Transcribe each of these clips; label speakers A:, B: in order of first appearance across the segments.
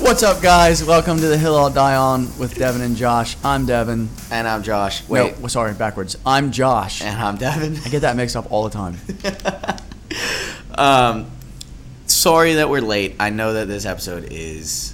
A: What's up, guys? Welcome to the Hill I'll Die On with Devin and Josh. I'm Devin.
B: And I'm Josh.
A: Wait,
B: Nope.
A: w- sorry, backwards. I'm Josh. I
B: And I'm Devin.
A: get that mixed up all the time.
B: Um, sorry that we're late. I know that this episode is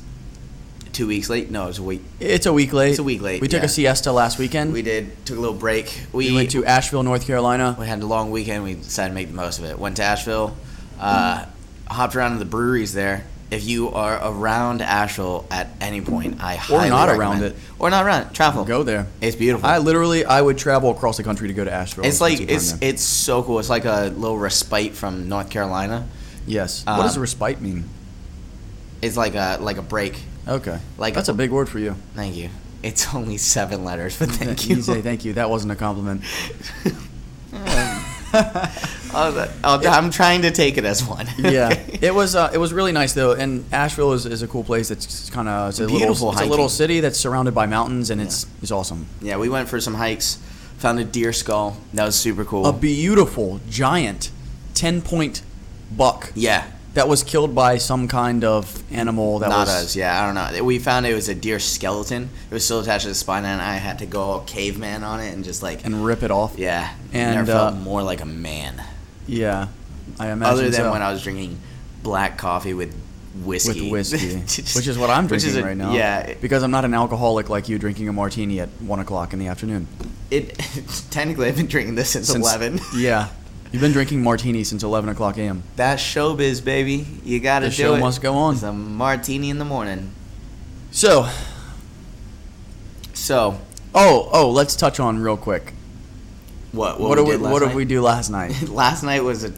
B: two weeks late. No, it was a week.
A: It's a week late.
B: It's a week late,
A: We took
B: yeah.
A: a siesta last weekend.
B: We
A: We,
B: did took a little break. We
A: went to Asheville, North Carolina.
B: we had a long weekend. We decided to make the most of it. Went to Asheville. Uh, hopped around to the breweries there. If you are around Asheville at any point, I highly
A: not around
B: recommend-
A: it.
B: or not around it, travel.
A: Go there.
B: It's beautiful.
A: I literally, I would travel across the country to go to Asheville. and
B: it's
A: spend
B: like
A: some time
B: it's
A: there.
B: it's so cool. It's like a little respite from North Carolina.
A: yes.
B: uh,
A: what does respite mean?
B: It's like a like a break.
A: Okay.
B: like-
A: that's a big word for you.
B: Thank you. It's only seven letters, but thank
A: you.
B: you.
A: say thank you. That wasn't a compliment.
B: Oh, that- oh, I'm trying to take it as one.
A: yeah,
B: Okay.
A: it was uh, it was really nice though, and Asheville is, is a cool place. It's kind of it's a
B: Beautiful
A: little it's a little
B: hiking.
A: city that's surrounded by mountains, and it's it's awesome.
B: yeah, we went for some hikes, found a deer skull. That was super cool.
A: A beautiful giant ten point buck
B: yeah,
A: that was killed by some kind of animal that
B: not
A: was
B: us. Yeah, I don't know. We found it was a deer skeleton. It was still attached to the spine, and I had to go all caveman on it and just like,
A: and rip it off.
B: yeah,
A: And,
B: never felt
A: uh,
B: more like a man.
A: Yeah, I imagine.
B: Other than
A: so.
B: when I was drinking black coffee with whiskey,
A: with whiskey,
B: Just-
A: which is what I'm
B: which is
A: drinking
B: a-
A: right now.
B: Yeah,
A: because I'm not an alcoholic like you drinking a martini at one o'clock in the afternoon.
B: it technically I've been drinking this since
A: Since-
B: eleven.
A: Yeah, you've been drinking martini since eleven o'clock a.m.
B: That showbiz, baby. You gotta
A: The
B: do
A: show
B: it.
A: must go on.
B: It's a martini in the morning.
A: So
B: So,
A: Oh, oh, let's touch on real quick.
B: what?
A: What,
B: What,
A: did
B: we
A: we,
B: did last
A: what
B: night?
A: did we do last night?
B: last night was a.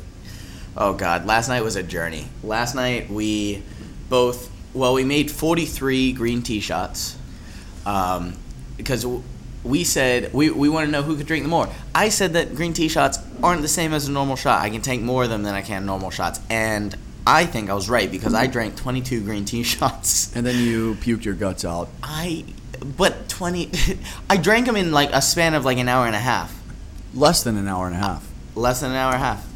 B: Oh God! Last night was a journey. Last night we both well we made forty three green tea shots, um, because w- we said we we want to know who could drink the more. I said that green tea shots aren't the same as a normal shot. I can take more of them than I can normal shots, and I think I was right because I drank twenty two green tea shots.
A: and then you puked your guts out.
B: I but 20 I drank them in like a span of like an hour and a half
A: Less than an hour and a half.
B: less than an hour and a half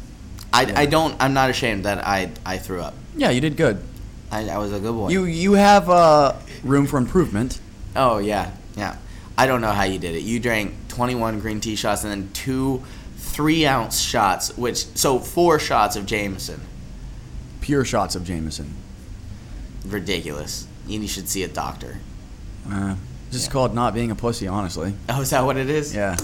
B: I, I don't I'm not ashamed that I I threw up
A: Yeah, you did good.
B: I, I was a good boy
A: You you have uh, room for improvement.
B: oh yeah yeah I don't know how you did it you drank 21 green tea shots and then two three ounce shots which so four shots of Jameson
A: Pure shots of Jameson.
B: ridiculous and you should see a doctor
A: Uh, this is
B: Yeah.
A: called not being a pussy, honestly.
B: oh is that what it is
A: Yeah.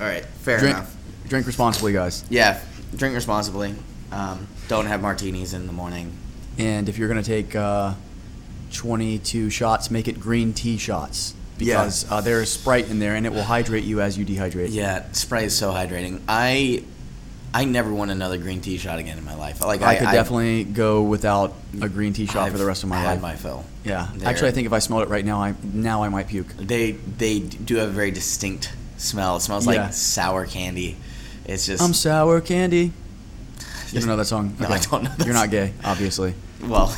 B: all right fair
A: Drink,
B: enough
A: drink responsibly, guys.
B: yeah drink responsibly um, don't have martinis in the morning
A: And if you're gonna take uh, 22 shots, make it green tea shots because uh, there is Sprite in there, and it will hydrate you as you dehydrate.
B: Yeah, Sprite is so hydrating. I I never want another green tea shot again in my life. Like I,
A: I could
B: I've-
A: definitely go without a green tea shot for
B: I've
A: the rest of my life.
B: had my fill.
A: Yeah.
B: They're-
A: Actually, I think if I smelled it right now, I now I might puke.
B: They they do have a very distinct smell. It smells
A: Yeah.
B: like sour candy. It's just
A: I'm sour candy. You don't know that song?
B: No, I don't know that
A: You're not gay, obviously.
B: well.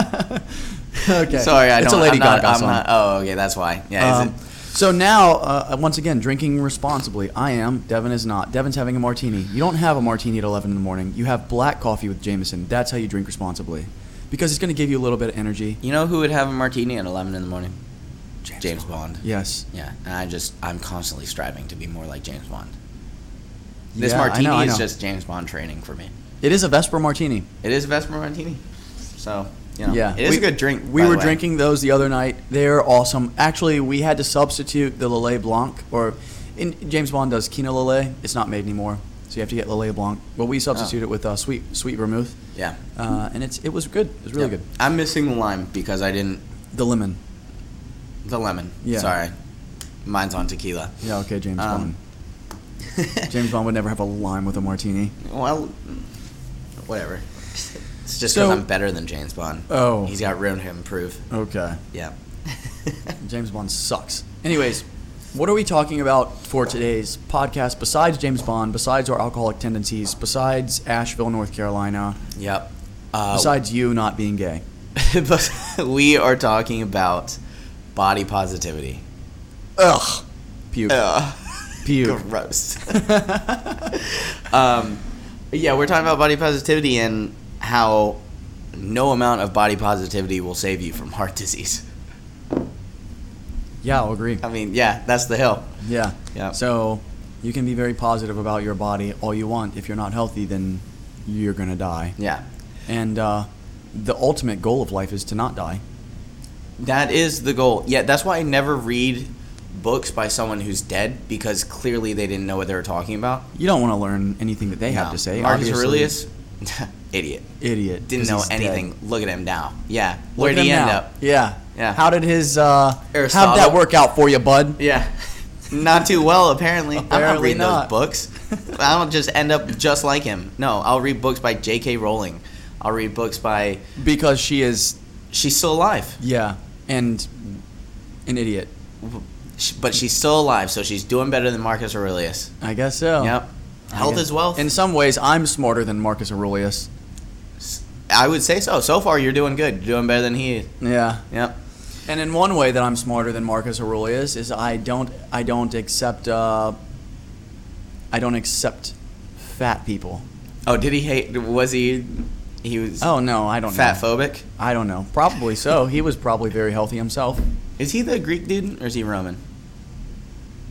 A: okay.
B: Sorry, I
A: it's
B: don't.
A: a Lady
B: I'm not-
A: Gaga
B: I'm
A: song.
B: not- oh, okay, that's why. Yeah.
A: Um,
B: is it,
A: so now, uh, once again, drinking responsibly. I am. Devin is not. Devin's having a martini. You don't have a martini at 11 in the morning. You have black coffee with Jameson. That's how you drink responsibly, because it's going to give you a little bit of energy.
B: you know who would have a martini at 11 in the morning? James, Bond.
A: Yes.
B: Yeah, and I just I'm constantly striving to be more like James Bond. This
A: Yeah, I
B: martini
A: know, I
B: is
A: know.
B: just James Bond training for me.
A: It is a Vesper martini.
B: It is Vesper Martini. So, you know,
A: Yeah,
B: it is
A: We-
B: a good drink.
A: We
B: by
A: were
B: the way.
A: drinking those the other night. They're awesome. Actually, we had to substitute the Lillet Blanc, or in, James Bond does Kino Lillet. It's not made anymore, so you have to get Lillet Blanc. But we substitute it with uh, sweet sweet vermouth,
B: Yeah.
A: uh, and it's it was good. It was really
B: Yeah.
A: good.
B: I'm missing the lime because I didn't.
A: The lemon.
B: The lemon.
A: Yeah.
B: Sorry. Mine's on tequila.
A: Yeah, okay, James
B: Um,
A: Bond. James Bond would never have a lime with a martini.
B: Well, whatever. It's just because
A: So-
B: I'm better than James Bond.
A: Oh.
B: He's got room to improve.
A: Okay.
B: Yeah.
A: James Bond sucks. Anyways, what are we talking about for today's podcast besides James Bond, besides our alcoholic tendencies, besides Asheville, North Carolina,
B: yep. Uh,
A: besides you not being gay?
B: but we are talking about body positivity.
A: Ugh. Puke.
B: Ugh.
A: Puke.
B: Gross. um, yeah, we're talking about body positivity and how no amount of body positivity will save you from heart disease.
A: Yeah, I'll agree.
B: I mean, yeah, that's the hill.
A: Yeah.
B: Yeah.
A: So you can be very positive about your body all you want. If you're not healthy, then you're gonna die.
B: Yeah.
A: And uh, the ultimate goal of life is to not die.
B: That is the goal. Yeah, that's why I never read books by someone who's dead because clearly they didn't know what they were talking about.
A: You don't want to learn anything that they have
B: No.
A: to say.
B: Marcus
A: Obviously,
B: Aurelius, idiot.
A: idiot,
B: Didn't
A: 'cause
B: know
A: he's dead.
B: anything. Look at him now. Yeah.
A: Look
B: Where
A: at
B: did he
A: him
B: end
A: now.
B: up?
A: Yeah.
B: Yeah.
A: How did his uh,
B: Aristotle.
A: how'd that work out for you, bud?
B: Yeah. Not too well, apparently. I'm not
A: Apparently
B: reading
A: not.
B: those books. I don't just end up just like him. No, I'll read books by J.K. Rowling. I'll read books by.
A: Because she is
B: She's still alive,
A: yeah, and an idiot.
B: She- but she's still alive, so she's doing better than Marcus Aurelius.
A: I guess so.
B: Yep.
A: I
B: Health
A: guess-
B: is wealth.
A: In some ways, I'm smarter than Marcus Aurelius.
B: I would say so. So far, you're doing good. You're doing better than he is.
A: Yeah.
B: Yep.
A: And in one way that I'm smarter than Marcus Aurelius is I don't I don't accept uh, I don't accept fat people.
B: Oh, did he hate? Was he? He was
A: Oh no, I don't
B: fat
A: know.
B: phobic.
A: I don't know. Probably so. he was probably very healthy himself.
B: Is he the Greek dude or is he Roman?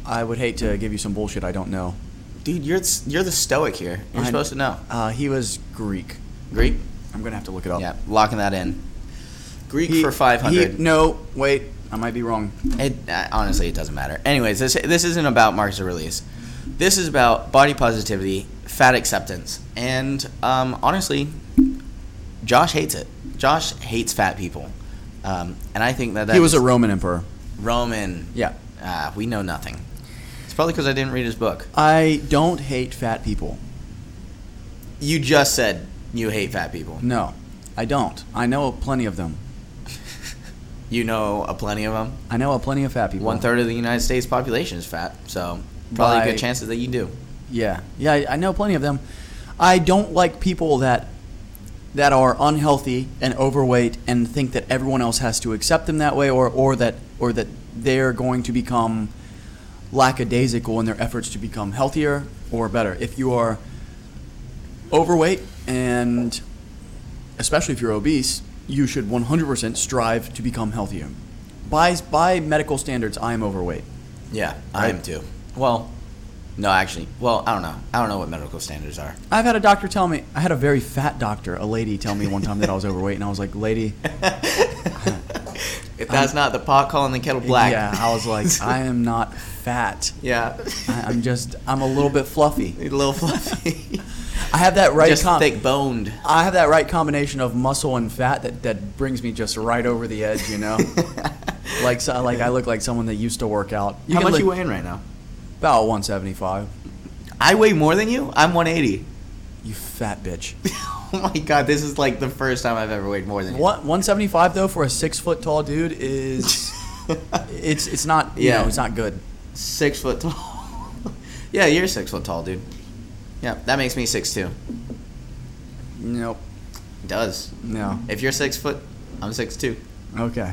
A: I would hate to give you some bullshit I don't know.
B: Dude, you're s- you're the stoic here. You're
A: I-
B: supposed to know
A: Uh, he was Greek.
B: Greek.
A: I'm gonna have to look it up.
B: Yeah, locking that in. Greek
A: Oh. He-
B: for five hundred.
A: he- No, wait, I might be wrong.
B: It uh, honestly, it doesn't matter. Anyways, this this isn't about Marcus Aurelius. This is about body positivity, fat acceptance, and um, honestly, Josh hates it. Josh hates fat people, um, and I think that that
A: he was
B: is
A: a Roman emperor.
B: Roman.
A: Yeah.
B: Ah, we know nothing. It's probably because I didn't read his book.
A: I don't hate fat people.
B: You just said you hate fat people.
A: No, I don't. I know plenty of them.
B: You know a plenty of them.
A: I know plenty of fat people.
B: One third of the United States population is fat, so probably
A: By-
B: good chances that you do.
A: Yeah, yeah, I, I know plenty of them. I don't like people that that are unhealthy and overweight and think that everyone else has to accept them that way, or or that or that they're going to become lackadaisical in their efforts to become healthier or better. If you are overweight and especially if you're obese, you should 100% strive to become healthier. By by medical standards, I am overweight.
B: Yeah, I
A: Right?
B: am too. Well, no, actually, well, I don't know. I don't know what medical standards are.
A: I've had a doctor tell me, I had a very fat doctor, a lady, tell me one time that I was overweight, and I was like, lady,
B: If that's not the pot calling the kettle black.
A: yeah, I was like, I am not fat.
B: yeah,
A: I, I'm just, I'm a little bit fluffy.
B: Need a little fluffy,
A: I have that right
B: just
A: com-
B: thick boned.
A: I have that right combination of muscle and fat that, that brings me just right over the edge, you know? like, so, like I look like someone that used to work out. can
B: How much
A: look-
B: you weighing right now?
A: About 175.
B: I weigh more than you. I'm 180.
A: You fat bitch.
B: oh my god, this is like the first time I've ever weighed more than you.
A: One, 175, though, for a six foot tall dude is, it's, it's not, you
B: Yeah.
A: know, it's not good.
B: six foot tall. yeah, you're six foot tall, dude. Yeah, that makes me six two.
A: Nope.
B: Does
A: No.
B: if you're six foot, I'm six two.
A: Okay.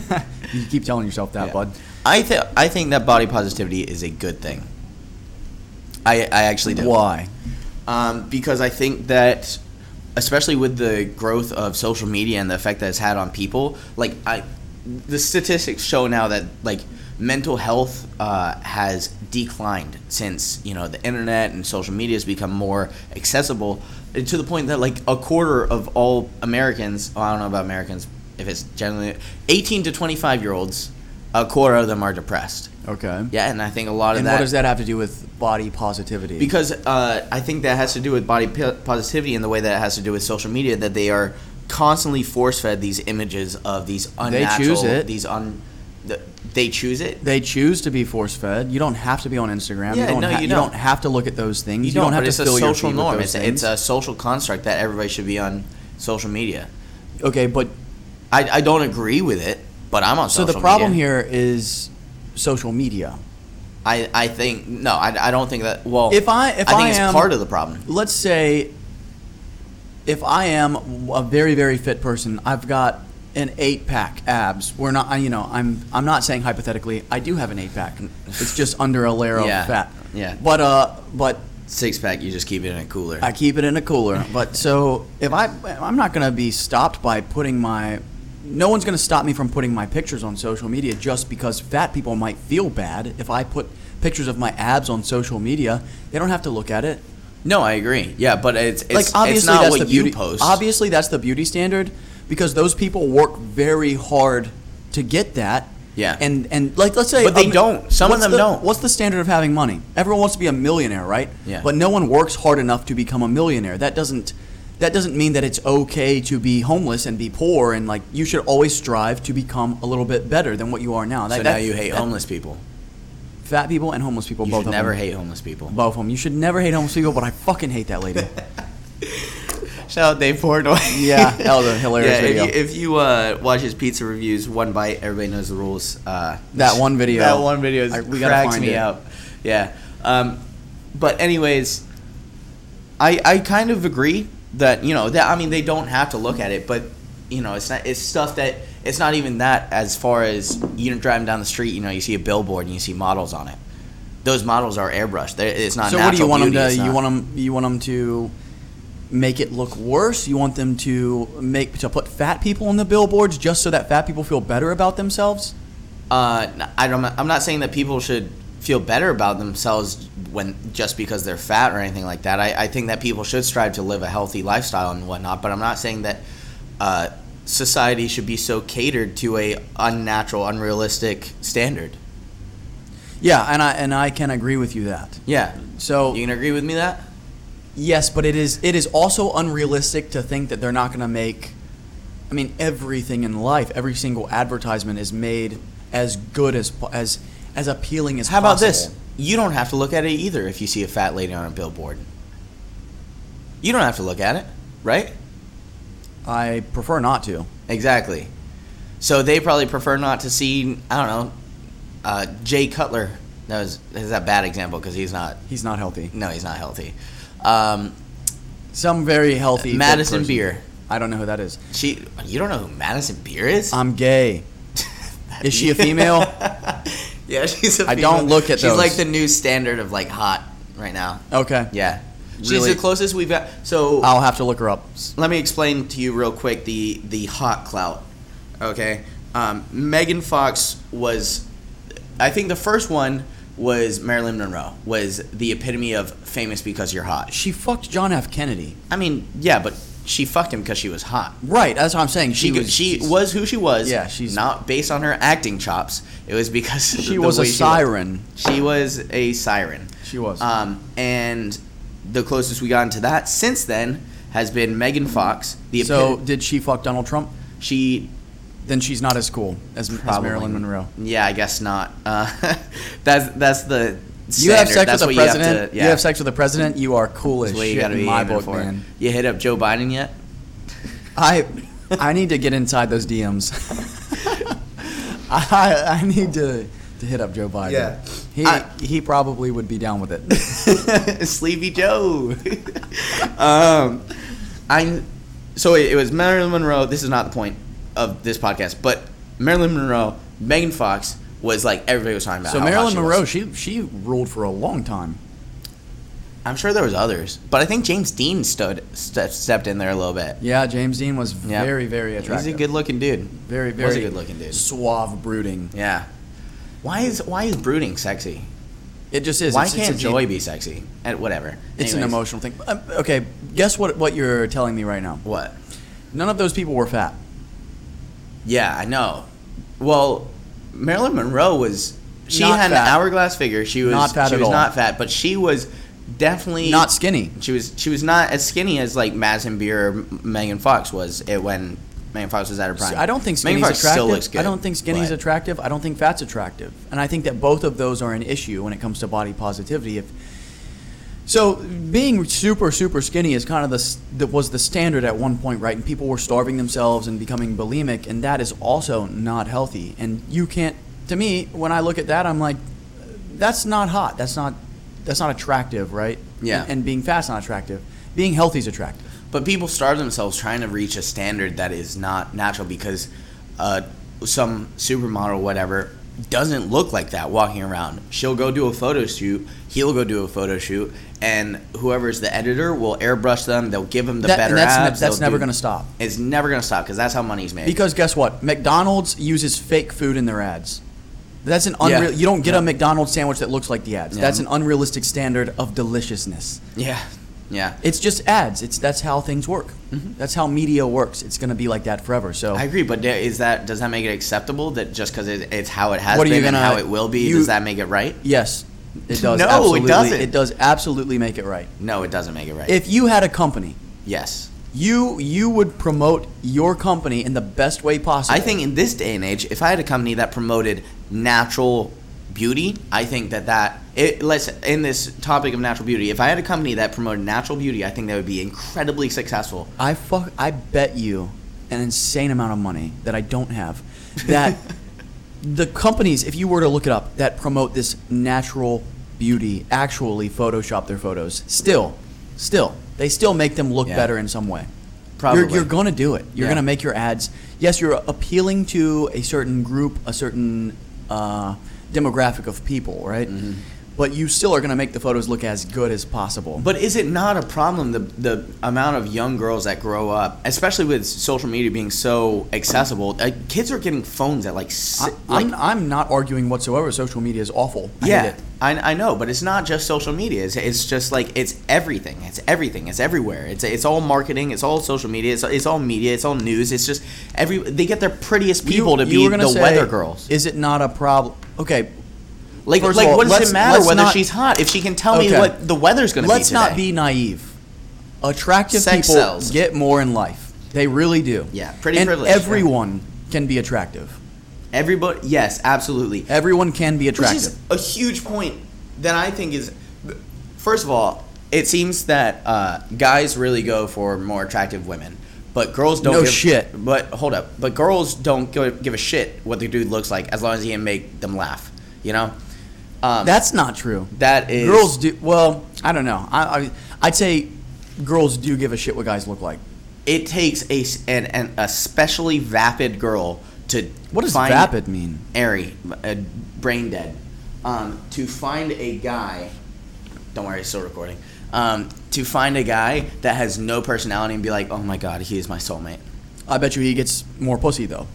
A: you keep telling yourself that,
B: Yeah.
A: bud.
B: I think I think that body positivity is a good thing. I I actually do.
A: Why?
B: Um, because I think that, especially with the growth of social media and the effect that it's had on people, like I, the statistics show now that like mental health uh, has declined since you know the internet and social media has become more accessible and to the point that like a quarter of all Americans, well, I don't know about Americans, if it's generally eighteen to twenty five year olds, a quarter of them are depressed.
A: Okay.
B: Yeah, and I think a lot of
A: And
B: that
A: what does that have to do with body positivity?
B: because uh, I think that has to do with body p- positivity and the way that it has to do with social media that they are constantly force fed these images of these unnatural
A: choose it.
B: these un th- they choose it
A: they choose to be force fed. You don't have to be on Instagram.
B: Yeah,
A: you don't
B: no,
A: ha-
B: you
A: you
B: don't.
A: don't have to look at those things.
B: you,
A: don't, have
B: but
A: to
B: it's a
A: fill your
B: social
A: feed
B: norm
A: With those
B: it's, it's
A: things.
B: a social construct that everybody should be on social media
A: okay, but
B: I, I don't agree with it but I'm on
A: so the
B: social
A: problem
B: media.
A: here is social media.
B: I, I think no I, I don't think that well
A: If I if
B: I
A: I,
B: think it's
A: am
B: part of the problem
A: let's say if I am a very very fit person, I've got an eight pack abs. We're not, I- you know, I'm I'm not saying hypothetically. I do have an eight pack. It's just under a layer
B: Yeah.
A: of fat.
B: Yeah.
A: But uh, but
B: six pack, you just keep it in a cooler.
A: I keep it in a cooler. But so if I, I'm not going to be stopped by putting my, no one's going to stop me from putting my pictures on social media just because fat people might feel bad if I put pictures of my abs on social media. They don't have to look at it.
B: no, I agree. Yeah, but it's it's,
A: like obviously
B: it's not
A: that's the
B: what you
A: beauty,
B: post.
A: Obviously that's the beauty standard because those people work very hard to get that.
B: Yeah.
A: And and like let's say
B: But they
A: um,
B: don't. Some of
A: what's
B: them
A: the-
B: don't.
A: What's the standard of having money? Everyone wants to be a millionaire, right?
B: Yeah.
A: But no one works hard enough to become a millionaire. That doesn't that doesn't mean that it's okay to be homeless and be poor and like you should always strive to become a little bit better than what you are now. That,
B: so now
A: that-
B: you hate
A: that-
B: homeless people.
A: fat people and homeless people
B: You
A: both
B: should
A: of
B: never
A: them.
B: hate homeless people.
A: both of them. You should never hate homeless people, but I fucking hate that lady.
B: Shout out Dave Portnoy.
A: Yeah, that was a hilarious
B: yeah,
A: video.
B: If you, if you uh, watch his pizza reviews, one bite, everybody knows the rules. Uh,
A: That one video.
B: That one video is,
A: I- we gotta
B: cracks
A: find
B: me
A: it.
B: up. Yeah. Um, but anyways, I I kind of agree that you know that I mean they don't have to look at it, but you know it's not it's stuff that it's not even that as far as you're driving down the street, you know you see a billboard and you see models on it. Those models are airbrushed. They're, it's not.
A: So what do you
B: natural
A: want
B: beauty.
A: them
B: It's
A: to? You
B: not-
A: want them? You want them to make it look worse? You want them to make to put fat people on the billboards just so that fat people feel better about themselves?
B: Uh, n- I don't. I'm not saying that people should feel better about themselves when just because they're fat or anything like that. I, I think that people should strive to live a healthy lifestyle and whatnot. But I'm not saying that uh, society should be so catered to a unnatural, unrealistic standard.
A: Yeah, and I and I can agree with you that.
B: Yeah.
A: So
B: You can agree with me that?
A: yes, but it is it is also unrealistic to think that they're not going to make. I mean, everything in life, every single advertisement is made as good as po- as as appealing as
B: How about
A: possible.
B: this? You don't have to look at it either if you see a fat lady on a billboard. You don't have to look at it, right?
A: I prefer not to.
B: Exactly. So they probably prefer not to see. I don't know. Uh, Jay Cutler. That was that's a bad example because he's not.
A: He's not healthy.
B: No, he's not healthy. Um,
A: Some very healthy. fit
B: Madison
A: person.
B: Beer.
A: I don't know who that is.
B: She. You don't know who Madison Beer is?
A: I'm gay. Uh, Is she a female?
B: yeah, she's. I
A: I don't look at
B: She's
A: those.
B: like the new standard of like hot right now.
A: Okay.
B: Yeah. She's
A: Really? Oh,
B: the closest we've got. So
A: I'll have to look her up. S-
B: let me explain to you real quick the the hot clout. Okay, um, Megan Fox was, I think the first one was Marilyn Monroe was the epitome of famous because you're hot. She,
A: She fucked John F. Kennedy.
B: I mean, yeah, but she fucked him because she was hot.
A: Right. That's what I'm saying.
B: She
A: She,
B: she
A: was.
B: was, who she was.
A: Yeah, she's-
B: not based on her acting chops. It was because
A: She
B: the
A: was
B: way
A: a siren.
B: She was a siren.
A: She was.
B: Um, and the closest we gotten to that since then has been Megan Fox. The
A: so
B: epit-
A: did she fuck Donald Trump?
B: she
A: Then she's not as cool as, as
B: Probably.
A: Marilyn Monroe.
B: Yeah, I guess not. Uh, that's that's the
A: You have
B: standard.
A: sex with
B: That's what
A: the president. You have,
B: You have to, yeah,
A: sex with the president. You are cool as
B: That's what you
A: shit
B: gotta
A: in
B: be
A: my
B: aiming
A: book,
B: for.
A: man.
B: You hit up Joe Biden yet?
A: I I need to get inside those DMs. I I need to to hit up Joe Biden.
B: Yeah.
A: He
B: I-
A: he probably would be down with it.
B: Sleepy Joe. um, I so it, it was Marilyn Monroe. This is not the point of this podcast, but Marilyn Monroe, Megan Fox was like everybody was talking about.
A: So
B: how hot
A: Marilyn
B: she was.
A: Monroe, she she ruled for a long time.
B: I'm sure there was others, but I think James Dean stood ste- stepped in there a little bit.
A: Yeah, James Dean was
B: Yeah.
A: very very attractive.
B: He's a good looking dude.
A: very very
B: was a good looking dude.
A: Suave brooding.
B: Yeah. Why is why is brooding sexy?
A: It just is.
B: Why
A: It's- it's
B: can't
A: a deep-
B: joy be sexy? And whatever.
A: It's an
B: Anyways.
A: emotional thing. Um, okay, guess what what you're telling me right now.
B: What?
A: None of those people were fat.
B: Yeah, I know. Well, Marilyn Monroe was she
A: Not
B: had
A: fat.
B: an hourglass figure. She was
A: Not fat
B: she
A: at
B: was
A: all.
B: not fat, but she was definitely
A: Not skinny.
B: She was she was not as skinny as like Madison Beer or Megan Fox was it when Megan Fox was at her prime.
A: I don't think
B: Megan
A: skinny's
B: Fox
A: attractive.
B: still looks good.
A: I don't think skinny's
B: but-
A: attractive. I don't think fat's attractive. And I think that both of those are an issue when it comes to body positivity. If so, being super super skinny is kind of the s- that was the standard at one point, right? And people were starving themselves and becoming bulimic, and that is also not healthy. And you can't. To me, when I look at that, I'm like, that's not hot. That's not that's not attractive, right?
B: Yeah.
A: And, and being fat's not attractive. Being healthy is attractive.
B: But people starve themselves trying to reach a standard that is not natural because uh, some supermodel, whatever, doesn't look like that walking around. She'll go do a photo shoot. He'll go do a photo shoot, and whoever's the editor will airbrush them. They'll give them the
A: That-
B: better
A: and that's, ne-
B: abs.
A: that's
B: they'll
A: never
B: do-
A: going to stop.
B: It's never gonna stop because that's how money's made.
A: Because guess what? McDonald's uses fake food in their ads. That's an
B: Yeah.
A: unreal. You don't get
B: Yeah.
A: a McDonald's sandwich that looks like the ads.
B: Yeah.
A: That's an unrealistic standard of deliciousness.
B: yeah, yeah.
A: It's just ads. It's that's how things work. That's how media works. It's going to be like that forever. So
B: Mm-hmm. I agree, but da- is that does that make it acceptable that just because it, it's how it has
A: What are
B: been
A: you
B: and
A: gonna-
B: how it will be,
A: you-
B: does that make it right?
A: yes, it does.
B: No, it
A: absolutely.
B: doesn't.
A: It does absolutely make it right.
B: No, it doesn't make it right.
A: If you had a company,
B: yes,
A: you you would promote your company in the best way possible.
B: I think in this day and age, if I had a company that promoted natural beauty, I think that that it, let's in this topic of natural beauty, if I had a company that promoted natural beauty, I think that would be incredibly successful.
A: I fuck. I bet you an insane amount of money that I don't have. That the companies, if you were to look it up, that promote this natural beauty actually Photoshop their photos. Still, still, they still make them look
B: Yeah.
A: better in some way.
B: Probably.
A: You're, you're going to do it. You're
B: Yeah.
A: going to make your ads. Yes, you're appealing to a certain group, a certain uh, demographic of people, right?
B: Mm-hmm.
A: But you still are going to make the photos look as good as possible.
B: But is it not a problem the the amount of young girls that grow up, especially with social media being so accessible? Uh, kids are getting phones at like, si-
A: I,
B: like
A: I'm, I'm not arguing whatsoever. Social media is awful. I hate
B: yeah,
A: it.
B: I, I know, but it's not just social media. It's, it's just like it's everything. It's everything. It's everywhere. It's it's all marketing. It's all social media. It's, it's all media. It's all news. It's just every. They get their prettiest people
A: You-
B: to
A: you
B: be
A: were gonna
B: the
A: say,
B: weather girls.
A: Is it not a problem? Okay,
B: Like
A: first of
B: like
A: all,
B: what does
A: let's-
B: it matter
A: let's
B: whether
A: not-
B: she's hot if she can tell me
A: Okay.
B: what the weather's going to be?
A: let's not be
B: today?
A: naive. Attractive
B: Sex
A: people
B: sells.
A: get more in life. They really do.
B: Yeah, pretty
A: and
B: privilege, yeah.
A: Everyone can be attractive.
B: everybody. Yes, absolutely.
A: Everyone can be attractive.
B: Which is a huge point that I think is, first of all, it seems that uh, guys really go for more attractive women, but girls don't.
A: No
B: give,
A: shit.
B: But hold up, but girls don't go, give a shit what the dude looks like as long as he can make them laugh. You know, um,
A: That's not true.
B: that is
A: girls do. Well, I don't know. I, I I'd say girls do give a shit what guys look like.
B: It takes a s- an, an especially vapid girl to
A: What does
B: find-
A: vapid mean?
B: airy, uh, brain dead, um, to find a guy. Don't worry, it's still recording. Um, to find a guy that has no personality and be like, oh my god, he is my soulmate.
A: I bet you he gets more pussy though.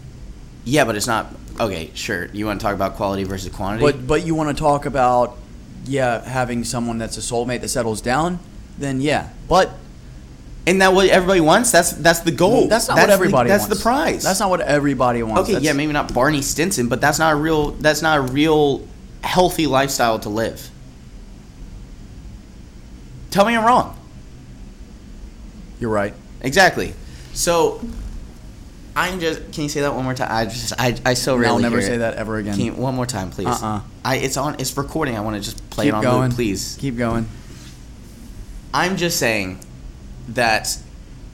B: Yeah, but it's not okay. Sure, you want to talk about quality versus quantity,
A: But but you want to talk about yeah having someone that's a soulmate that settles down, then yeah. But
B: and that what everybody wants. That's that's the goal.
A: that's not what
B: the-
A: everybody.
B: That's
A: wants.
B: the prize.
A: That's not what everybody wants.
B: okay.
A: That's-
B: yeah, maybe not Barney Stinson, but that's not a real. That's not a real healthy lifestyle to live. Tell me I'm wrong.
A: You're right.
B: Exactly. So I'm just. Can you say that one more time? I just. I. I so rarely.
A: I'll never
B: hear
A: say
B: it.
A: that ever again.
B: Can you, one more time, please.
A: Uh-uh.
B: I. It's on. It's recording. I want to just play
A: Keep
B: it on
A: going,
B: loop, please.
A: Keep going.
B: I'm just saying that.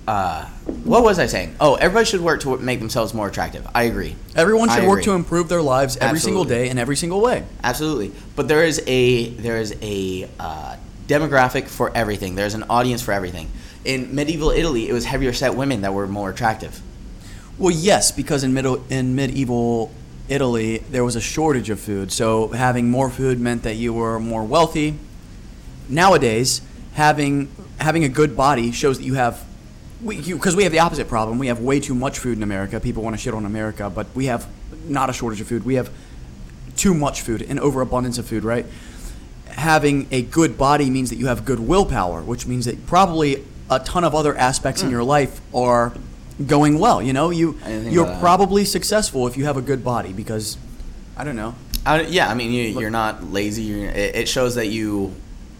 B: Uh, what was I saying? Oh, everybody should work to make themselves more attractive. I agree.
A: Everyone should
B: I
A: work
B: agree.
A: to improve their lives every single
B: Absolutely.
A: day in every single way.
B: Absolutely. But there is a there is a uh, demographic for everything. There's an audience for everything. In medieval Italy, it was heavier set women that were more attractive.
A: Well, yes, because in middle in medieval Italy there was a shortage of food, so having more food meant that you were more wealthy. Nowadays, having having a good body shows that you have because we, 'cause we have the opposite problem. We have way too much food in America. People want to shit on America, but we have not a shortage of food. We have too much food and overabundance of food, right? Having a good body means that you have good willpower, which means that probably a ton of other aspects in your life are going well. You know, you
B: Hmm. I didn't think
A: you're
B: about that.
A: probably successful if you have a good body because I don't know.
B: I, yeah, I mean, you, you're not lazy. You're, it, it shows that you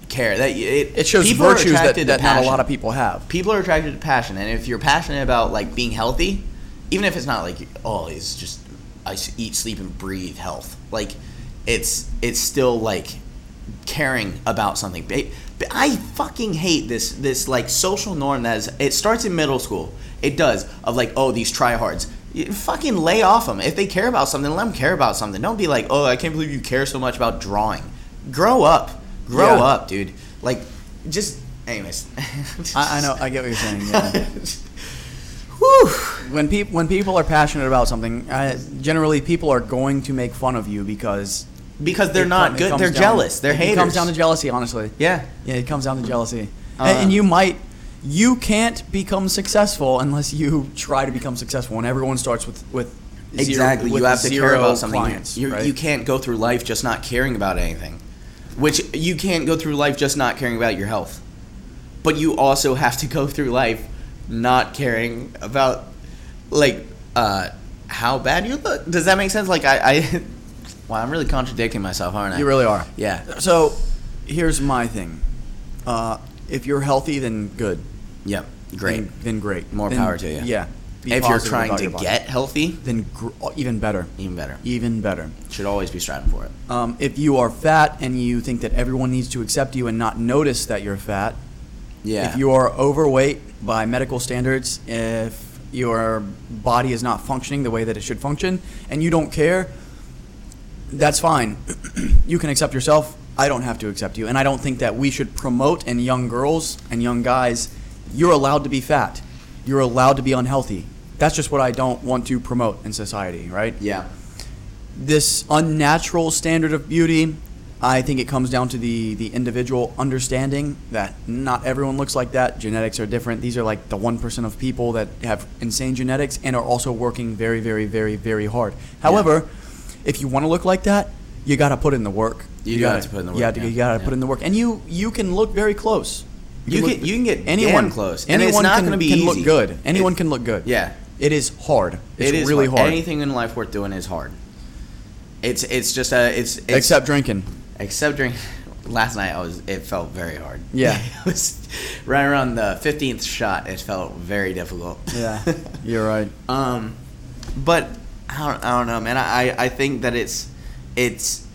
B: care. That you- it,
A: It shows
B: people are
A: virtues that,
B: attracted to
A: that not a lot
B: passion.
A: of people have.
B: people are attracted to passion, and if you're passionate about like being healthy, even if it's not like oh, it's just I s- eat, sleep, and breathe health. Like it's it's still like caring about something. Ba- but I fucking hate this this like social norm that is. It starts in middle school. It does of like oh these tryhards. You fucking lay off them. If they care about something, let them care about something. Don't be like, oh, I can't believe you care so much about drawing. Grow up, grow
A: Yeah.
B: up, dude. Like, just anyways.
A: I, I know. I get what you're saying. Yeah.
B: Whew.
A: when people when people are passionate about something, uh, generally people are going to make fun of you because
B: because they're
A: it
B: not
A: com- it
B: good.
A: comes
B: They're
A: down-
B: jealous. They're haters.
A: It comes down to jealousy, honestly.
B: yeah.
A: Yeah, it comes down to jealousy.
B: Uh,
A: and, and you might, you can't become successful unless you try to become successful. And everyone starts with with zero-
B: Exactly.
A: with
B: you have to care
A: zero
B: about something.
A: clients,
B: you,
A: right?
B: you can't go through life just not caring about anything, which you can't go through life just not caring about your health. But you also have to go through life not caring about like uh, how bad you look. Does that make sense? Like I, I wow, I'm really contradicting myself, aren't I?
A: You really are.
B: Yeah.
A: So, here's my thing. Uh, if you're healthy, then good.
B: Yep. Great.
A: Then, then great.
B: More
A: Then-
B: power to you.
A: Yeah. Be
B: if you're
A: positive
B: trying
A: about
B: to
A: your body.
B: get healthy,
A: then gr- even better.
B: even better.
A: Even better.
B: Should always be striving for it.
A: Um, if you are fat and you think that everyone needs to accept you and not notice that you're fat,
B: Yeah.
A: If you are overweight by medical standards, if your body is not functioning the way that it should function, and you don't care, that's fine. you can accept yourself. I don't have to accept you. And I don't think that we should promote in young girls and young guys, you're allowed to be fat. You're allowed to be unhealthy. That's just what I don't want to promote in society, right?
B: yeah.
A: this unnatural standard of beauty. I think it comes down to the, the individual understanding that not everyone looks like that. Genetics are different. These are like the 1% of people that have insane genetics and are also working very, very, very, very hard. However, if you want to look like that, you got to put in the work.
B: You do
A: gotta-
B: have to put in the work,
A: You, have to-
B: yeah.
A: you got to
B: Yeah.
A: put in the work. And you, you can look very close.
B: You
A: look-
B: can- you can get damn close. And
A: Anyone
B: it's not
A: can,
B: gonna be
A: can
B: easy.
A: look good. Anyone
B: It-
A: can look good.
B: Yeah.
A: It is hard. It's
B: It is
A: really
B: hard.
A: hard.
B: Anything in life worth doing is hard. It's it's just a it's, it's
A: except drinking.
B: except during last night I was it felt very hard.
A: Yeah.
B: it was right around the fifteenth shot. It felt very difficult.
A: Yeah, you're right.
B: um, but I don't, I don't know, man. I I- I think that it's it's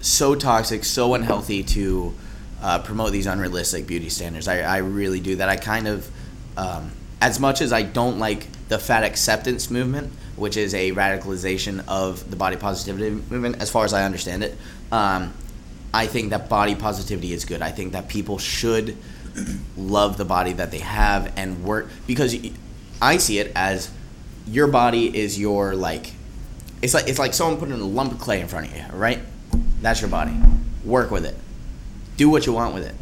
B: so toxic, so unhealthy to uh, promote these unrealistic beauty standards. I, I really do that. I kind of, um, as much as I don't like the fat acceptance movement, which is a radicalization of the body positivity movement, as far as I understand it, um, I think that body positivity is good. I think that people should love the body that they have and work because y- I see it as your body is your like it's like it's like someone putting a lump of clay in front of you, right? That's your body. Work with it. Do what you want with it.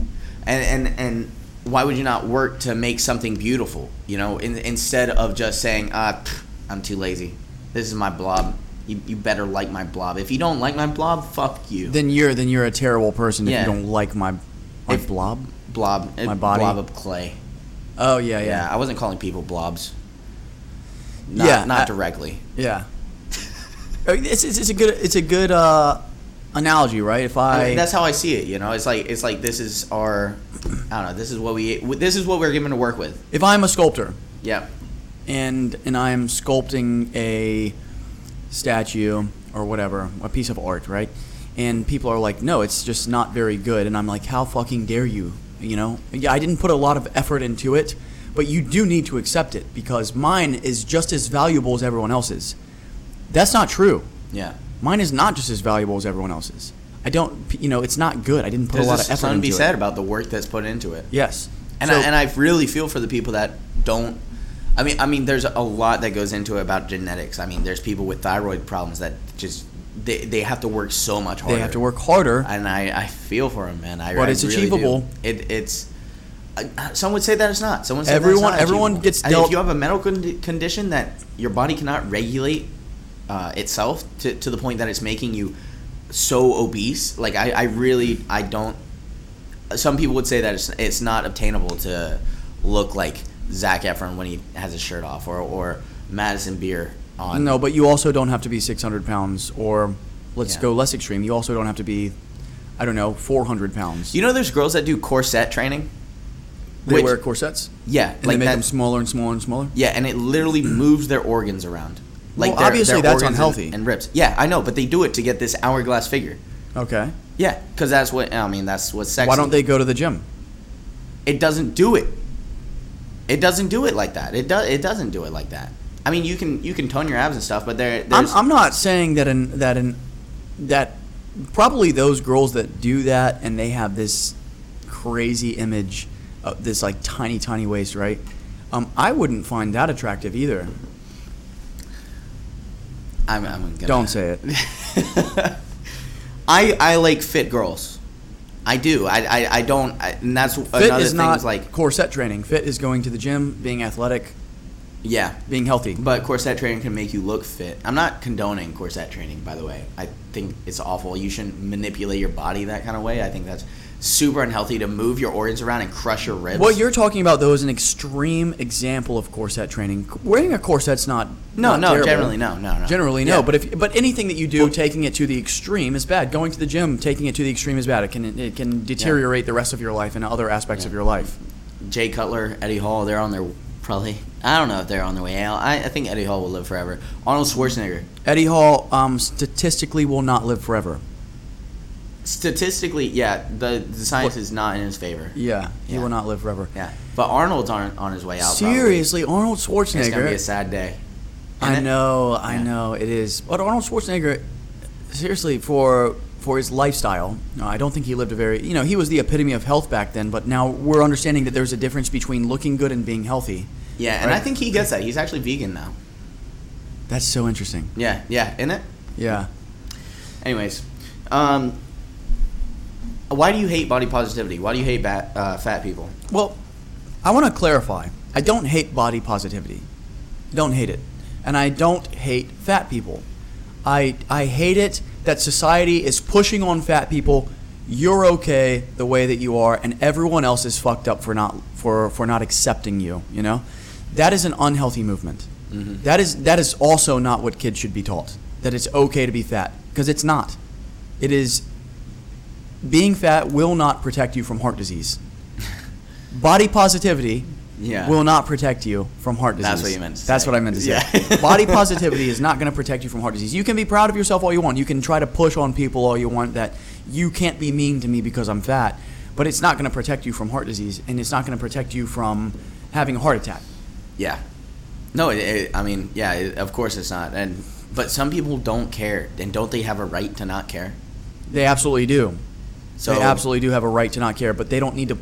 B: And and and why would you not work to make something beautiful? You know, in, instead of just saying, "Ah, pff, I'm too lazy. This is my blob. You, you better like my blob. If you don't like my blob, fuck you."
A: Then you're then you're a terrible person
B: Yeah.
A: if you don't like my my
B: If-
A: blob.
B: blob, uh,
A: My body.
B: blob of clay.
A: Oh yeah,
B: Yeah, I wasn't calling people blobs. Not,
A: Yeah,
B: not
A: I-
B: directly.
A: yeah. I mean, it's, it's, it's a good it's a good uh, analogy, right? If
B: I
A: I
B: mean, that's how I see it. You know, it's like it's like this is our, I don't know. This is what we this is what we're given to work with.
A: if I'm a sculptor
B: Yeah,
A: and and I'm sculpting a statue or whatever, a piece of art, right? And people are like, "No, it's just not very good." And I'm like, "How fucking dare you?" You know? Yeah, I didn't put a lot of effort into it, but you do need to accept it because mine is just as valuable as everyone else's. That's not true.
B: yeah.
A: Mine is not just as valuable as everyone else's. I don't, you know, it's not good. I didn't put
B: There's
A: a lot
B: just
A: of effort
B: something to
A: into
B: be said
A: it.
B: about the work that's put into it.
A: Yes.
B: And
A: So-
B: I, and I really feel for the people that don't. I mean, I mean, there's a lot that goes into it about genetics. I mean, there's people with thyroid problems that just they, they have to work so much harder.
A: they have to work harder.
B: and I, I feel for him, man. I,
A: But
B: I
A: it's
B: really
A: achievable.
B: do. It, it's uh, some would say that it's not. Someone
A: Everyone- everyone gets
B: And if
A: dealt-
B: you have a medical condi- condition that your body cannot regulate uh, itself to, to the point that it's making you so obese, like I, I really I don't. Some people would say that it's it's not obtainable to look like Zach Efron when he has his shirt off, or or Madison Beer on.
A: No, but you also don't have to be 600 pounds, or let's
B: Yeah.
A: go less extreme. You also don't have to be, I don't know, 400 pounds.
B: you know, there's girls that do corset training.
A: they
B: which-
A: wear corsets,
B: yeah,
A: and they make them smaller and smaller and smaller.
B: Yeah, and it literally moves their organs around. Like
A: Well,
B: their,
A: obviously
B: their
A: that's
B: organs and-
A: unhealthy.
B: And, ribs. Yeah, I know, but they do it to get this hourglass figure.
A: Okay.
B: Yeah, because that's what I mean. That's what sex.
A: Why don't they go to the gym?
B: It doesn't do it. It doesn't do it like that. It does. It doesn't do it like that. I mean, you can you can tone your abs and stuff, but there.
A: I'm,
B: There's,
A: I'm not saying that in that in that probably those girls that do that and they have this crazy image of this like tiny tiny waist, right? Um, I wouldn't find that attractive either.
B: I'm, I'm gonna,
A: Don't say it.
B: I I like fit girls. I do. I I, I don't. I, and that's
A: Fit
B: another
A: is
B: thing.
A: not
B: is like
A: corset training. Fit is going to the gym, being athletic,
B: yeah,
A: being healthy.
B: but corset training can make you look fit. I'm not condoning corset training, by the way. I think it's awful. You shouldn't manipulate your body that kind of way. I think that's super unhealthy to move your organs around and crush your ribs.
A: What you're talking about though is an extreme example of corset training. C- Wearing a corset's not
B: no
A: not
B: no
A: terrible.
B: generally no no no
A: Generally, no.
B: Yeah.
A: But if but anything that you do, taking it to the extreme is bad. Going to the gym, taking it to the extreme is bad. It can it can deteriorate the rest of your life and other aspects of your life.
B: Jay Cutler, Eddie Hall, they're on their probably. I don't know if they're on their way out. I, I think Eddie Hall will live forever. Arnold Schwarzenegger,
A: Eddie Hall um, statistically will not live forever.
B: statistically, yeah, the, the science is not in his favor.
A: Yeah, he
B: Yeah.
A: will not live forever.
B: Yeah, but Arnold's on on his way out. probably.
A: Seriously, Arnold
B: it's gonna be a
A: Schwarzenegger.
B: sad day.
A: I
B: And it-
A: know, I
B: Yeah.
A: know, it is. But Arnold Schwarzenegger, seriously, for for his lifestyle, no, I don't think he lived a very. You know, he was the epitome of health back then. But now we're understanding that there's a difference between looking good and being healthy.
B: Yeah, and I
A: Right.
B: think he gets that. He's actually vegan now.
A: That's so interesting.
B: Yeah, yeah, isn't it?
A: Yeah.
B: Anyways, um, why do you hate body positivity? Why do you hate bat, uh, fat people?
A: Well, I want to clarify. I don't hate body positivity. I don't hate it. And I don't hate fat people. I, I hate it that society is pushing on fat people you're okay the way that you are and everyone else is fucked up for not for, for not accepting you, you know? That is an unhealthy movement. That is that is also not what kids should be taught. That it's okay to be fat because it's not. It is being fat will not protect you from heart disease. Body positivity
B: Yeah.
A: will not protect you from heart disease.
B: That's what you meant to
A: That's
B: say.
A: what I meant to say.
B: Yeah.
A: Body positivity is not going to protect you from heart disease. You can be proud of yourself all you want. You can try to push on people all you want that you can't be mean to me because I'm fat, but it's not going to protect you from heart disease and it's not going to protect you from having a heart attack.
B: Yeah. No, it, it, I mean, yeah, it, of course it's not. And but some people don't care, and don't they have a right to not care?
A: They absolutely do.
B: So
A: they absolutely do have a right to not care, but they don't need to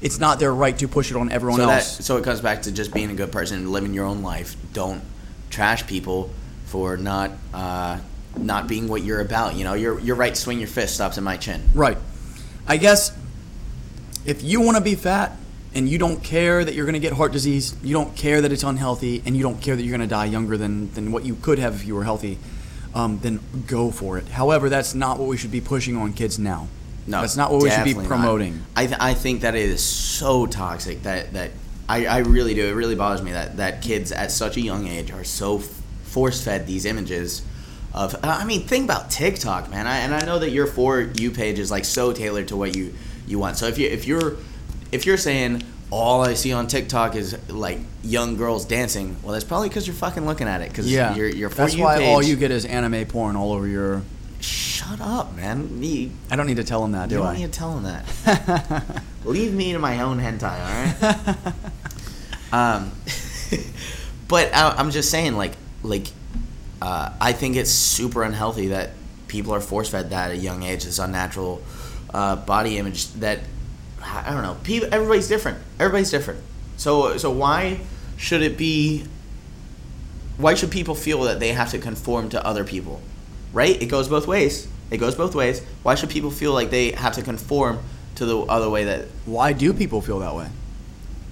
A: it's not their right to push it on everyone
B: So that
A: else.
B: so it comes back to just being a good person, living your own life. Don't trash people for not uh, not being what you're about. You know, your your right to swing your fist stops at my chin.
A: Right. I guess if you want to be fat and you don't care that you're going to get heart disease, you don't care that it's unhealthy, and you don't care that you're going to die younger than, than what you could have if you were healthy, um, then go for it. However, that's not what we should be pushing on kids now.
B: No,
A: That's not what we should be
B: definitely not.
A: promoting.
B: I th- I think that it is so toxic that that I, I really do. It really bothers me that that kids at such a young age are so f- force fed these images of. uh, I mean, think about TikTok, man. I, and I know that your for you page is like so tailored to what you you want. So if you if you're if you're saying all I see on TikTok is like young girls dancing, well, that's probably because you're fucking looking at it. Because
A: Yeah.
B: your your for
A: that's
B: you
A: why
B: page.
A: all you get is anime porn all over your.
B: Shut up, man. You,
A: I don't need to tell them that,
B: you
A: do
B: don't
A: I?
B: need to tell him that. Leave me to my own hentai, all right? um, but I, I'm just saying, like, like uh, I think it's super unhealthy that people are force fed that at a young age. This unnatural uh, body image that I I don't know. People, everybody's different. Everybody's different. So, so why should it be? Why should people feel that they have to conform to other people? right? It goes both ways. It goes both ways. Why should people feel like they have to conform to the other way that
A: Why do people feel that way?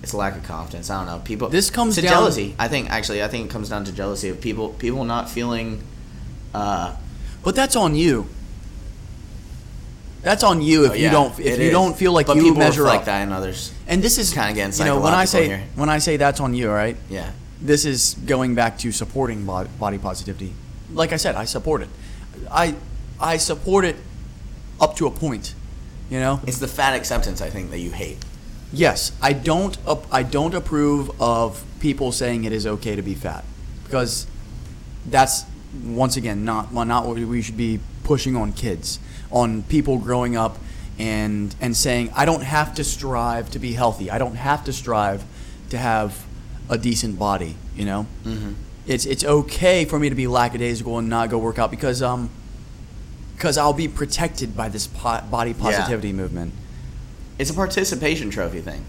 B: it's a lack of confidence? I don't know. People.
A: This comes
B: to
A: down-
B: jealousy. I think actually, I think it comes down to jealousy of people. People not feeling. Uh,
A: But that's on you. That's on you if
B: oh,
A: you
B: yeah,
A: don't if
B: it
A: you
B: is.
A: don't feel like
B: but
A: you
B: people
A: measure
B: reflect
A: up.
B: that in others.
A: And this is
B: Kinda getting
A: you know when I say
B: psychological here.
A: when I say that's on you, right?
B: Yeah.
A: This is going back to supporting bo- body positivity. Like I said, I support it. I I support it up to a point. You know.
B: It's the fat acceptance I think that you hate.
A: Yes, I don't. Up, I don't approve of people saying it is okay to be fat because that's once again not well, not what we should be pushing on kids, on people growing up, and and saying I don't have to strive to be healthy. I don't have to strive to have a decent body. You know, mm-hmm. it's it's okay for me to be lackadaisical and not go work out because um because I'll be protected by this po- body positivity movement.
B: It's a participation trophy thing.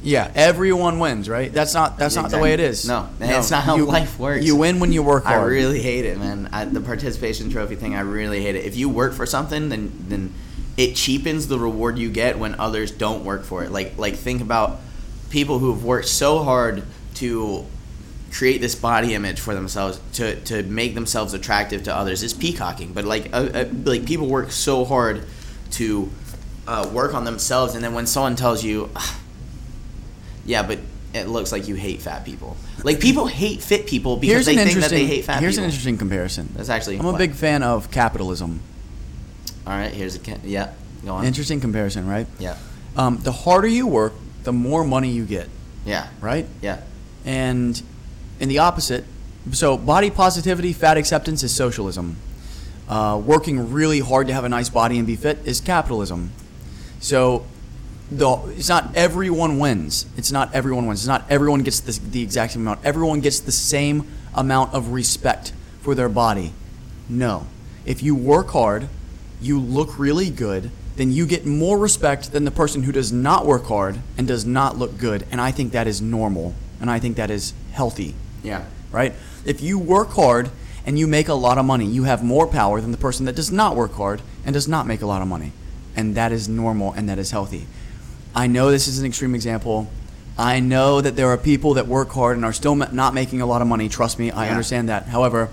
A: Yeah, everyone wins, right? That's not that's not the way it is.
B: No, that's not how
A: you-
B: life works.
A: You win when you work
B: I
A: hard.
B: really hate it, man. I, the participation trophy thing, I really hate it. If you work for something, then then it cheapens the reward you get when others don't work for it. Like like think about people who have worked so hard to create this body image for themselves to to make themselves attractive to others. It's peacocking, but like uh, uh, like people work so hard to uh, work on themselves, and then when someone tells you. "Ah, Yeah, but it looks like you hate fat people. Like people hate fit people
A: here's
B: because they
A: an
B: think that
A: interesting
B: they hate fat
A: here's
B: people.
A: an interesting comparison.
B: That's actually.
A: I'm a
B: what-
A: big fan of capitalism.
B: All right, here's a. ca- Yeah, go on.
A: Interesting comparison, right?
B: Yeah,
A: Um, the harder you work, the more money you get,
B: yeah,
A: right?
B: yeah.
A: And in the opposite, so body positivity, fat acceptance is socialism. Uh, working really hard to have a nice body and be fit is capitalism. So the, it's not everyone wins. It's not everyone wins. It's not everyone gets the, the exact same amount. Everyone gets the same amount of respect for their body. No. If you work hard, you look really good, then you get more respect than the person who does not work hard and does not look good. And I think that is normal. And I think that is healthy
B: Yeah.
A: right? If you work hard and you make a lot of money, you have more power than the person that does not work hard and does not make a lot of money. And that is normal and that is healthy. I know this is an extreme example. I know that there are people that work hard and are still ma- not making a lot of money. Trust me, I
B: Yeah.
A: understand that. However,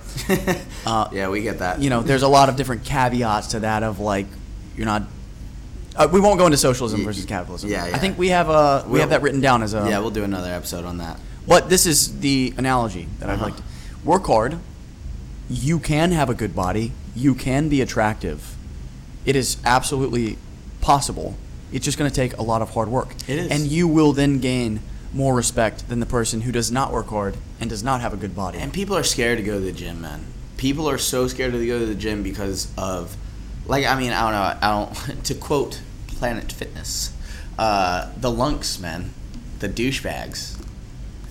A: uh,
B: yeah, we get that.
A: you know, there's a lot of different caveats to that of like, you're not. Uh, we won't go into socialism
B: Y-
A: versus capitalism.
B: yeah,
A: I
B: yeah.
A: think we have uh, we
B: We'll-
A: have that written down as a
B: yeah, we'll do another episode on that.
A: but this is the analogy that I'd
B: Uh-huh.
A: like. To, work hard. You can have a good body. You can be attractive. It is absolutely possible. It's just going to take a lot of hard work.
B: It is.
A: And you will then gain more respect than the person who does not work hard and does not have a good body.
B: And people are scared to go to the gym, man. People are so scared to go to the gym because of, like, I mean, I don't know. I don't. To quote Planet Fitness, uh, the lunks, man, the douchebags.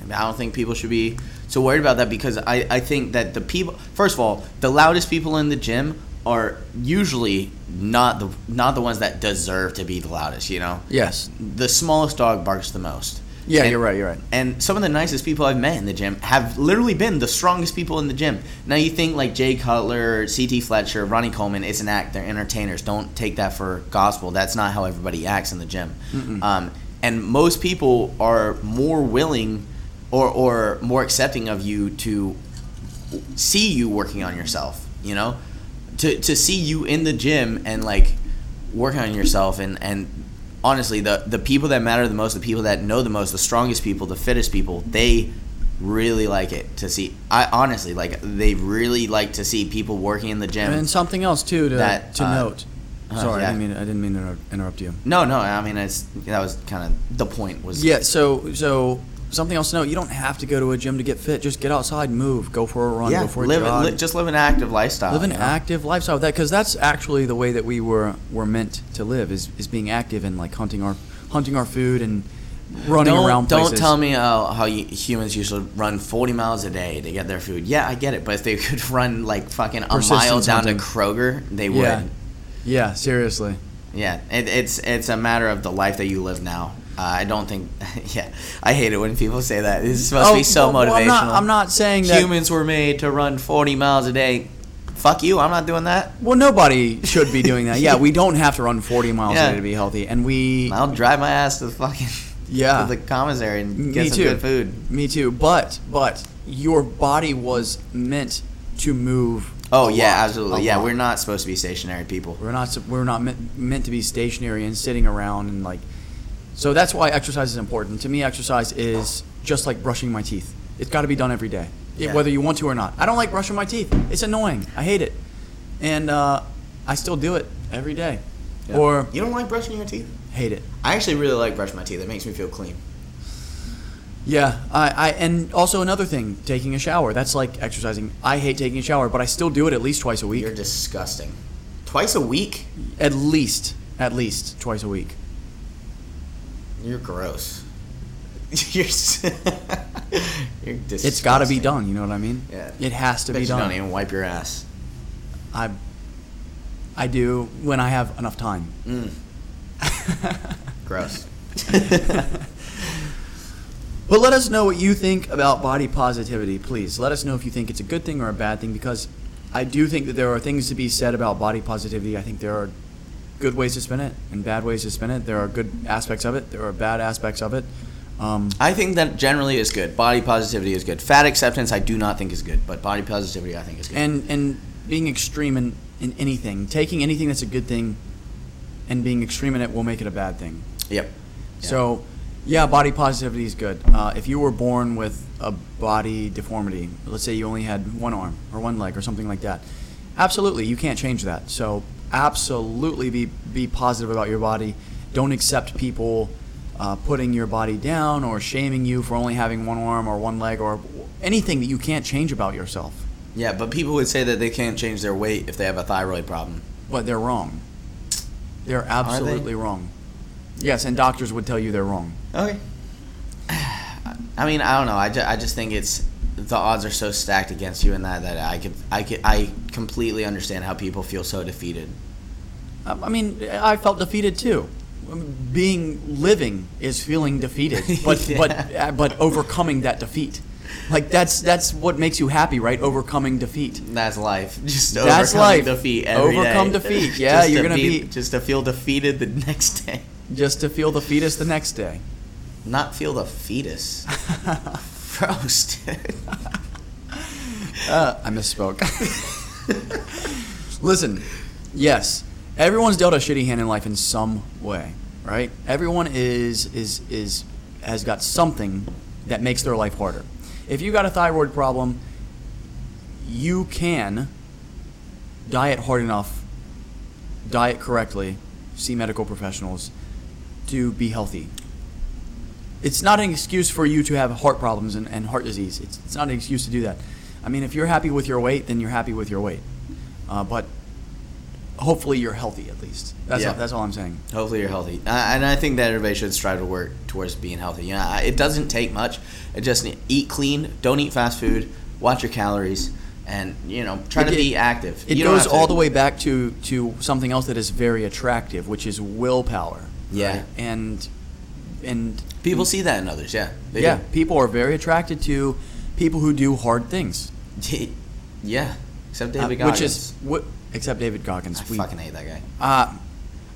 B: And I don't think people should be so worried about that because I, I think that the people first of all the loudest people in the gym are usually not the not the ones that deserve to be the loudest you know
A: yes.
B: the smallest dog barks the most
A: Yeah,
B: And-
A: you're right. You're right.
B: and some of the nicest people I've met in the gym have literally been the strongest people in the gym. Now you think like Jay Cutler, C.T. Fletcher, Ronnie Coleman, it's an act. They're entertainers. Don't take that for gospel. That's not how everybody acts in the gym. Um, and most people are more willing or, or more accepting of you to see you working on yourself, you know? To, to see you in the gym and like working on yourself and, and honestly the, the people that matter the most, the people that know the most, the strongest people, the fittest people, they really like it to see I honestly like they really like to see people working in the gym.
A: And something else too to
B: That,
A: to
B: uh,
A: note.
B: uh,
A: Sorry, I
B: yeah.
A: didn't mean I didn't mean to interrupt- interrupt you.
B: no, no, I mean it's that was kind of the point was
A: Yeah, so so something else to note, you don't have to go to a gym to get fit. Just get outside, move, go for a run,
B: yeah,
A: go for a
B: live,
A: jog.
B: li- just live an active lifestyle.
A: live an
B: you know?
A: active lifestyle with that because that's actually the way that we were were meant to live is, is being active and like hunting our hunting our food and running
B: don't,
A: around
B: Don't
A: places.
B: tell me how, how you, humans used to run 40 miles a day to get their food. Yeah, I get it, but if they could run like fucking a mile
A: Persistence
B: down
A: hunting.
B: to Kroger, they would.
A: yeah
B: Yeah,
A: yeah seriously
B: It, it's it's a matter of the life that you live now. Uh, I don't think. Yeah, I hate it when people say that. It's supposed to be so
A: Oh, well,
B: motivational.
A: I'm not, I'm not saying that
B: humans were made to run 40 miles a day. Fuck you! I'm not doing that.
A: well nobody should be doing that yeah we don't have to run 40 miles
B: Yeah.
A: a day to be healthy and we
B: I'll drive my ass to the fucking
A: Yeah.
B: to the commissary and
A: Me
B: get some
A: too.
B: good food.
A: me too but but your body was meant to move
B: Oh
A: a
B: yeah,
A: lot,
B: absolutely.
A: a
B: Yeah,
A: lot.
B: we're not supposed to be stationary people.
A: We're not sup- we're not meant, meant to be stationary and sitting around and like so that's why exercise is important. To me exercise is just like brushing my teeth. It's got to be done every day. It-
B: Yeah.
A: whether you want to or not. I don't like brushing my teeth. It's annoying. I hate it. And uh, I still do it every day. Or
B: you don't like brushing your teeth?
A: hate it.
B: I actually really like brushing my teeth. It makes me feel clean.
A: Yeah, I, I and also another thing, taking a shower. That's like exercising. I hate taking a shower, but I still do it at least twice a week.
B: You're disgusting. Twice a week?
A: At least, at least twice a week.
B: You're gross. You're. s- You're disgusting.
A: It's got to be done. You know what I mean?
B: Yeah.
A: It has to
B: Bet
A: be
B: you
A: done.
B: don't even wipe your ass.
A: I I do when I have enough time.
B: Mm, gross.
A: But let us know what you think about body positivity, please. Let us know if you think it's a good thing or a bad thing, because I do think that there are things to be said about body positivity. I think there are good ways to spin it and bad ways to spin it. There are good aspects of it. There are bad aspects of it. Um,
B: I think that generally is good. Body positivity is good. Fat acceptance, I do not think is good, but body positivity, I think is good.
A: and and being extreme in, in anything, taking anything that's a good thing, and being extreme in it will make it a bad thing.
B: yep. Yeah.
A: So, yeah, body positivity is good. Uh, if you were born with a body deformity, let's say you only had one arm or one leg or something like that, absolutely, you can't change that. So, absolutely be, be positive about your body. Don't accept people uh, putting your body down or shaming you for only having one arm or one leg or anything that you can't change about yourself.
B: yeah, but people would say that they can't change their weight if they have a thyroid problem.
A: But they're wrong. They're absolutely wrong. Yes, and doctors would tell you they're wrong.
B: Okay. I mean, I don't know. I, ju- I just think it's the odds are so stacked against you in that that I could I could I completely understand how people feel so defeated.
A: I I mean, I felt defeated too. Being living is feeling defeated, but
B: Yeah.
A: but uh, but overcoming that defeat, like that's that's what makes you happy, right? Overcoming defeat.
B: That's life. Just
A: That's
B: overcome
A: life.
B: defeat every day.
A: Overcome defeat. Yeah,
B: Just
A: you're
B: to
A: gonna be-
B: just to feel defeated the next day.
A: Just to feel the fetus the next day.
B: Not feel the fetus. Gross, dude.
A: Uh, I misspoke. Listen, yes, everyone's dealt a shitty hand in life in some way, right? Everyone is is is has got something that makes their life harder. If you got a thyroid problem, you can diet hard enough, diet correctly, see medical professionals to be healthy. It's not an excuse for you to have heart problems and, and heart disease. It's, it's not an excuse to do that. I mean, if you're happy with your weight, then you're happy with your weight. Uh, but hopefully you're healthy at least. That's,
B: Yeah.
A: all, that's all I'm saying.
B: Hopefully you're healthy, uh, and I think that everybody should strive to work towards being healthy. You know, I- it doesn't take much. It just ne- eat clean, don't eat fast food, watch your calories, and you know, try
A: It-
B: to be
A: it-
B: active.
A: It
B: You don't
A: goes
B: have to-
A: all the way back to, to something else that is very attractive, which is willpower.
B: Yeah.
A: And, and
B: People see that in others. Yeah, they
A: yeah, people are very attracted to people who do hard things,
B: do. yeah. Except
A: uh,
B: David
A: which
B: Goggins.
A: is what, except David Goggins.
B: I fucking hate that guy.
A: uh,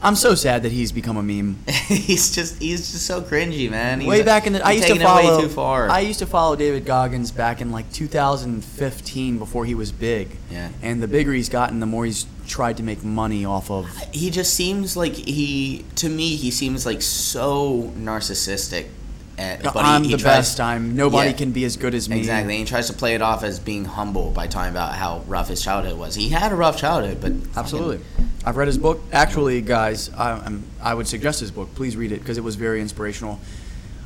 A: I'm so sad that he's become a meme.
B: he's just he's just so cringy, man. He's,
A: Way back in the, I
B: he's
A: used to
B: taking it way
A: follow.
B: too far.
A: I used to follow David Goggins back in like 2015 before he was big.
B: Yeah.
A: And the bigger he's gotten, the more he's tried to make money off of.
B: he just seems like he to me he seems like so narcissistic. And, but he-
A: Uh, I'm
B: he
A: the
B: tries-
A: best. I'm nobody
B: Yeah.
A: can be as good as me.
B: Exactly. And he tries to play it off as being humble by talking about how rough his childhood was. He had a rough childhood, but fucking-
A: Absolutely. I've read his book. Actually, guys, I, I'm, I would suggest his book. Please read it because it was very inspirational.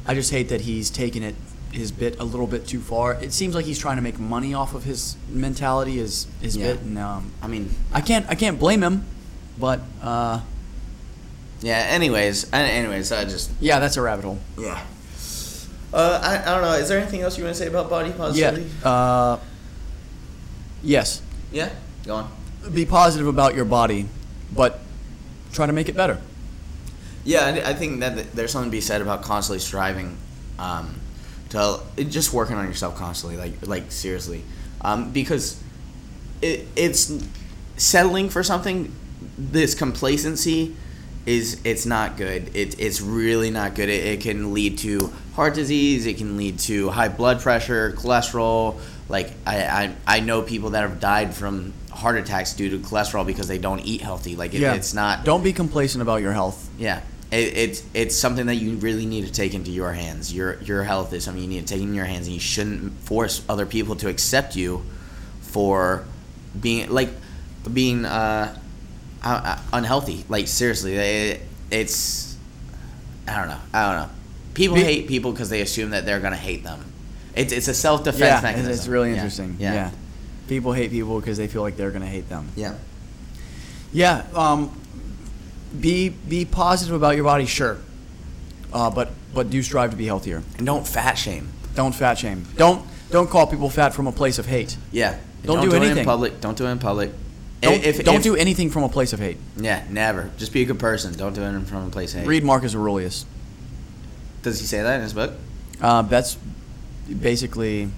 A: I just hate that he's taken it his bit a little bit too far. It seems like he's trying to make money off of his mentality, his his
B: Yeah.
A: bit, and um,
B: I mean,
A: I can't I can't blame him, but uh,
B: yeah. Anyways, I- anyways, I just
A: yeah, that's a rabbit hole.
B: yeah. Uh, I, I don't know. Is there anything else you want to say about body
A: Yeah.
B: positivity?
A: Uh, yes,
B: Yeah. Go on.
A: be positive about your body, but try to make it better.
B: Yeah, I, I think that th- there's something to be said about constantly striving, um, to just working on yourself constantly, like like seriously, um, because it, it's settling for something. This complacency is it's not good. It, it's really not good. It, it can lead to heart disease. It can lead to high blood pressure, cholesterol. Like I, I, I know people that have died from heart attacks due to cholesterol because they don't eat healthy. Like it, it's not
A: Don't be complacent about your health.
B: yeah, it, it's it's something that you really need to take into your hands. Your your health is something you need to take in your hands, and you shouldn't force other people to accept you for being like being uh, uh, unhealthy. Like seriously, it, it's I don't know. I don't know. People
A: Be-
B: hate people because they assume that they're gonna hate them. It's it's a self defense
A: yeah, it's-
B: mechanism.
A: it's really
B: Yeah,
A: interesting. Yeah.
B: Yeah.
A: People hate people because they feel like they're going to hate them.
B: Yeah.
A: Yeah, um, be be positive about your body, sure. Uh, but but do strive to be healthier.
B: And don't fat shame.
A: Don't fat shame. Don't don't call people fat from a place of hate.
B: Yeah.
A: Don't do
B: it in
A: anything.
B: public. Don't do it in public.
A: Don't,
B: If- if-
A: don't
B: if-
A: do anything from a place of hate.
B: Yeah, never. Just be a good person. Don't do it in front of a place. Hey,
A: Read Marcus Aurelius.
B: Does he say that in his book?
A: Uh, that's basically,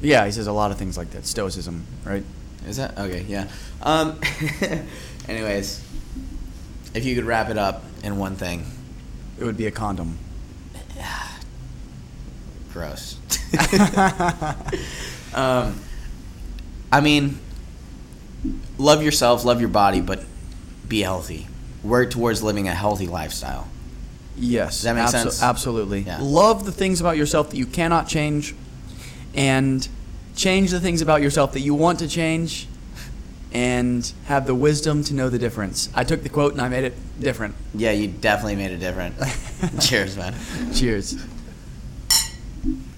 A: yeah. He says a lot of things like that. Stoicism, right?
B: Is that okay? Yeah. Um, anyways, if you could wrap it up in one thing,
A: It would be a condom.
B: gross. um, I mean, love yourself, love your body, but be healthy. Work towards living a healthy lifestyle.
A: Yes.
B: Does that make sense?
A: Absolutely.
B: Yeah.
A: Love the things about yourself that you cannot change and change the things about yourself that you want to change and have the wisdom to know the difference. I took the quote and I made it different.
B: Yeah, you definitely made a difference. Cheers, man.
A: Cheers.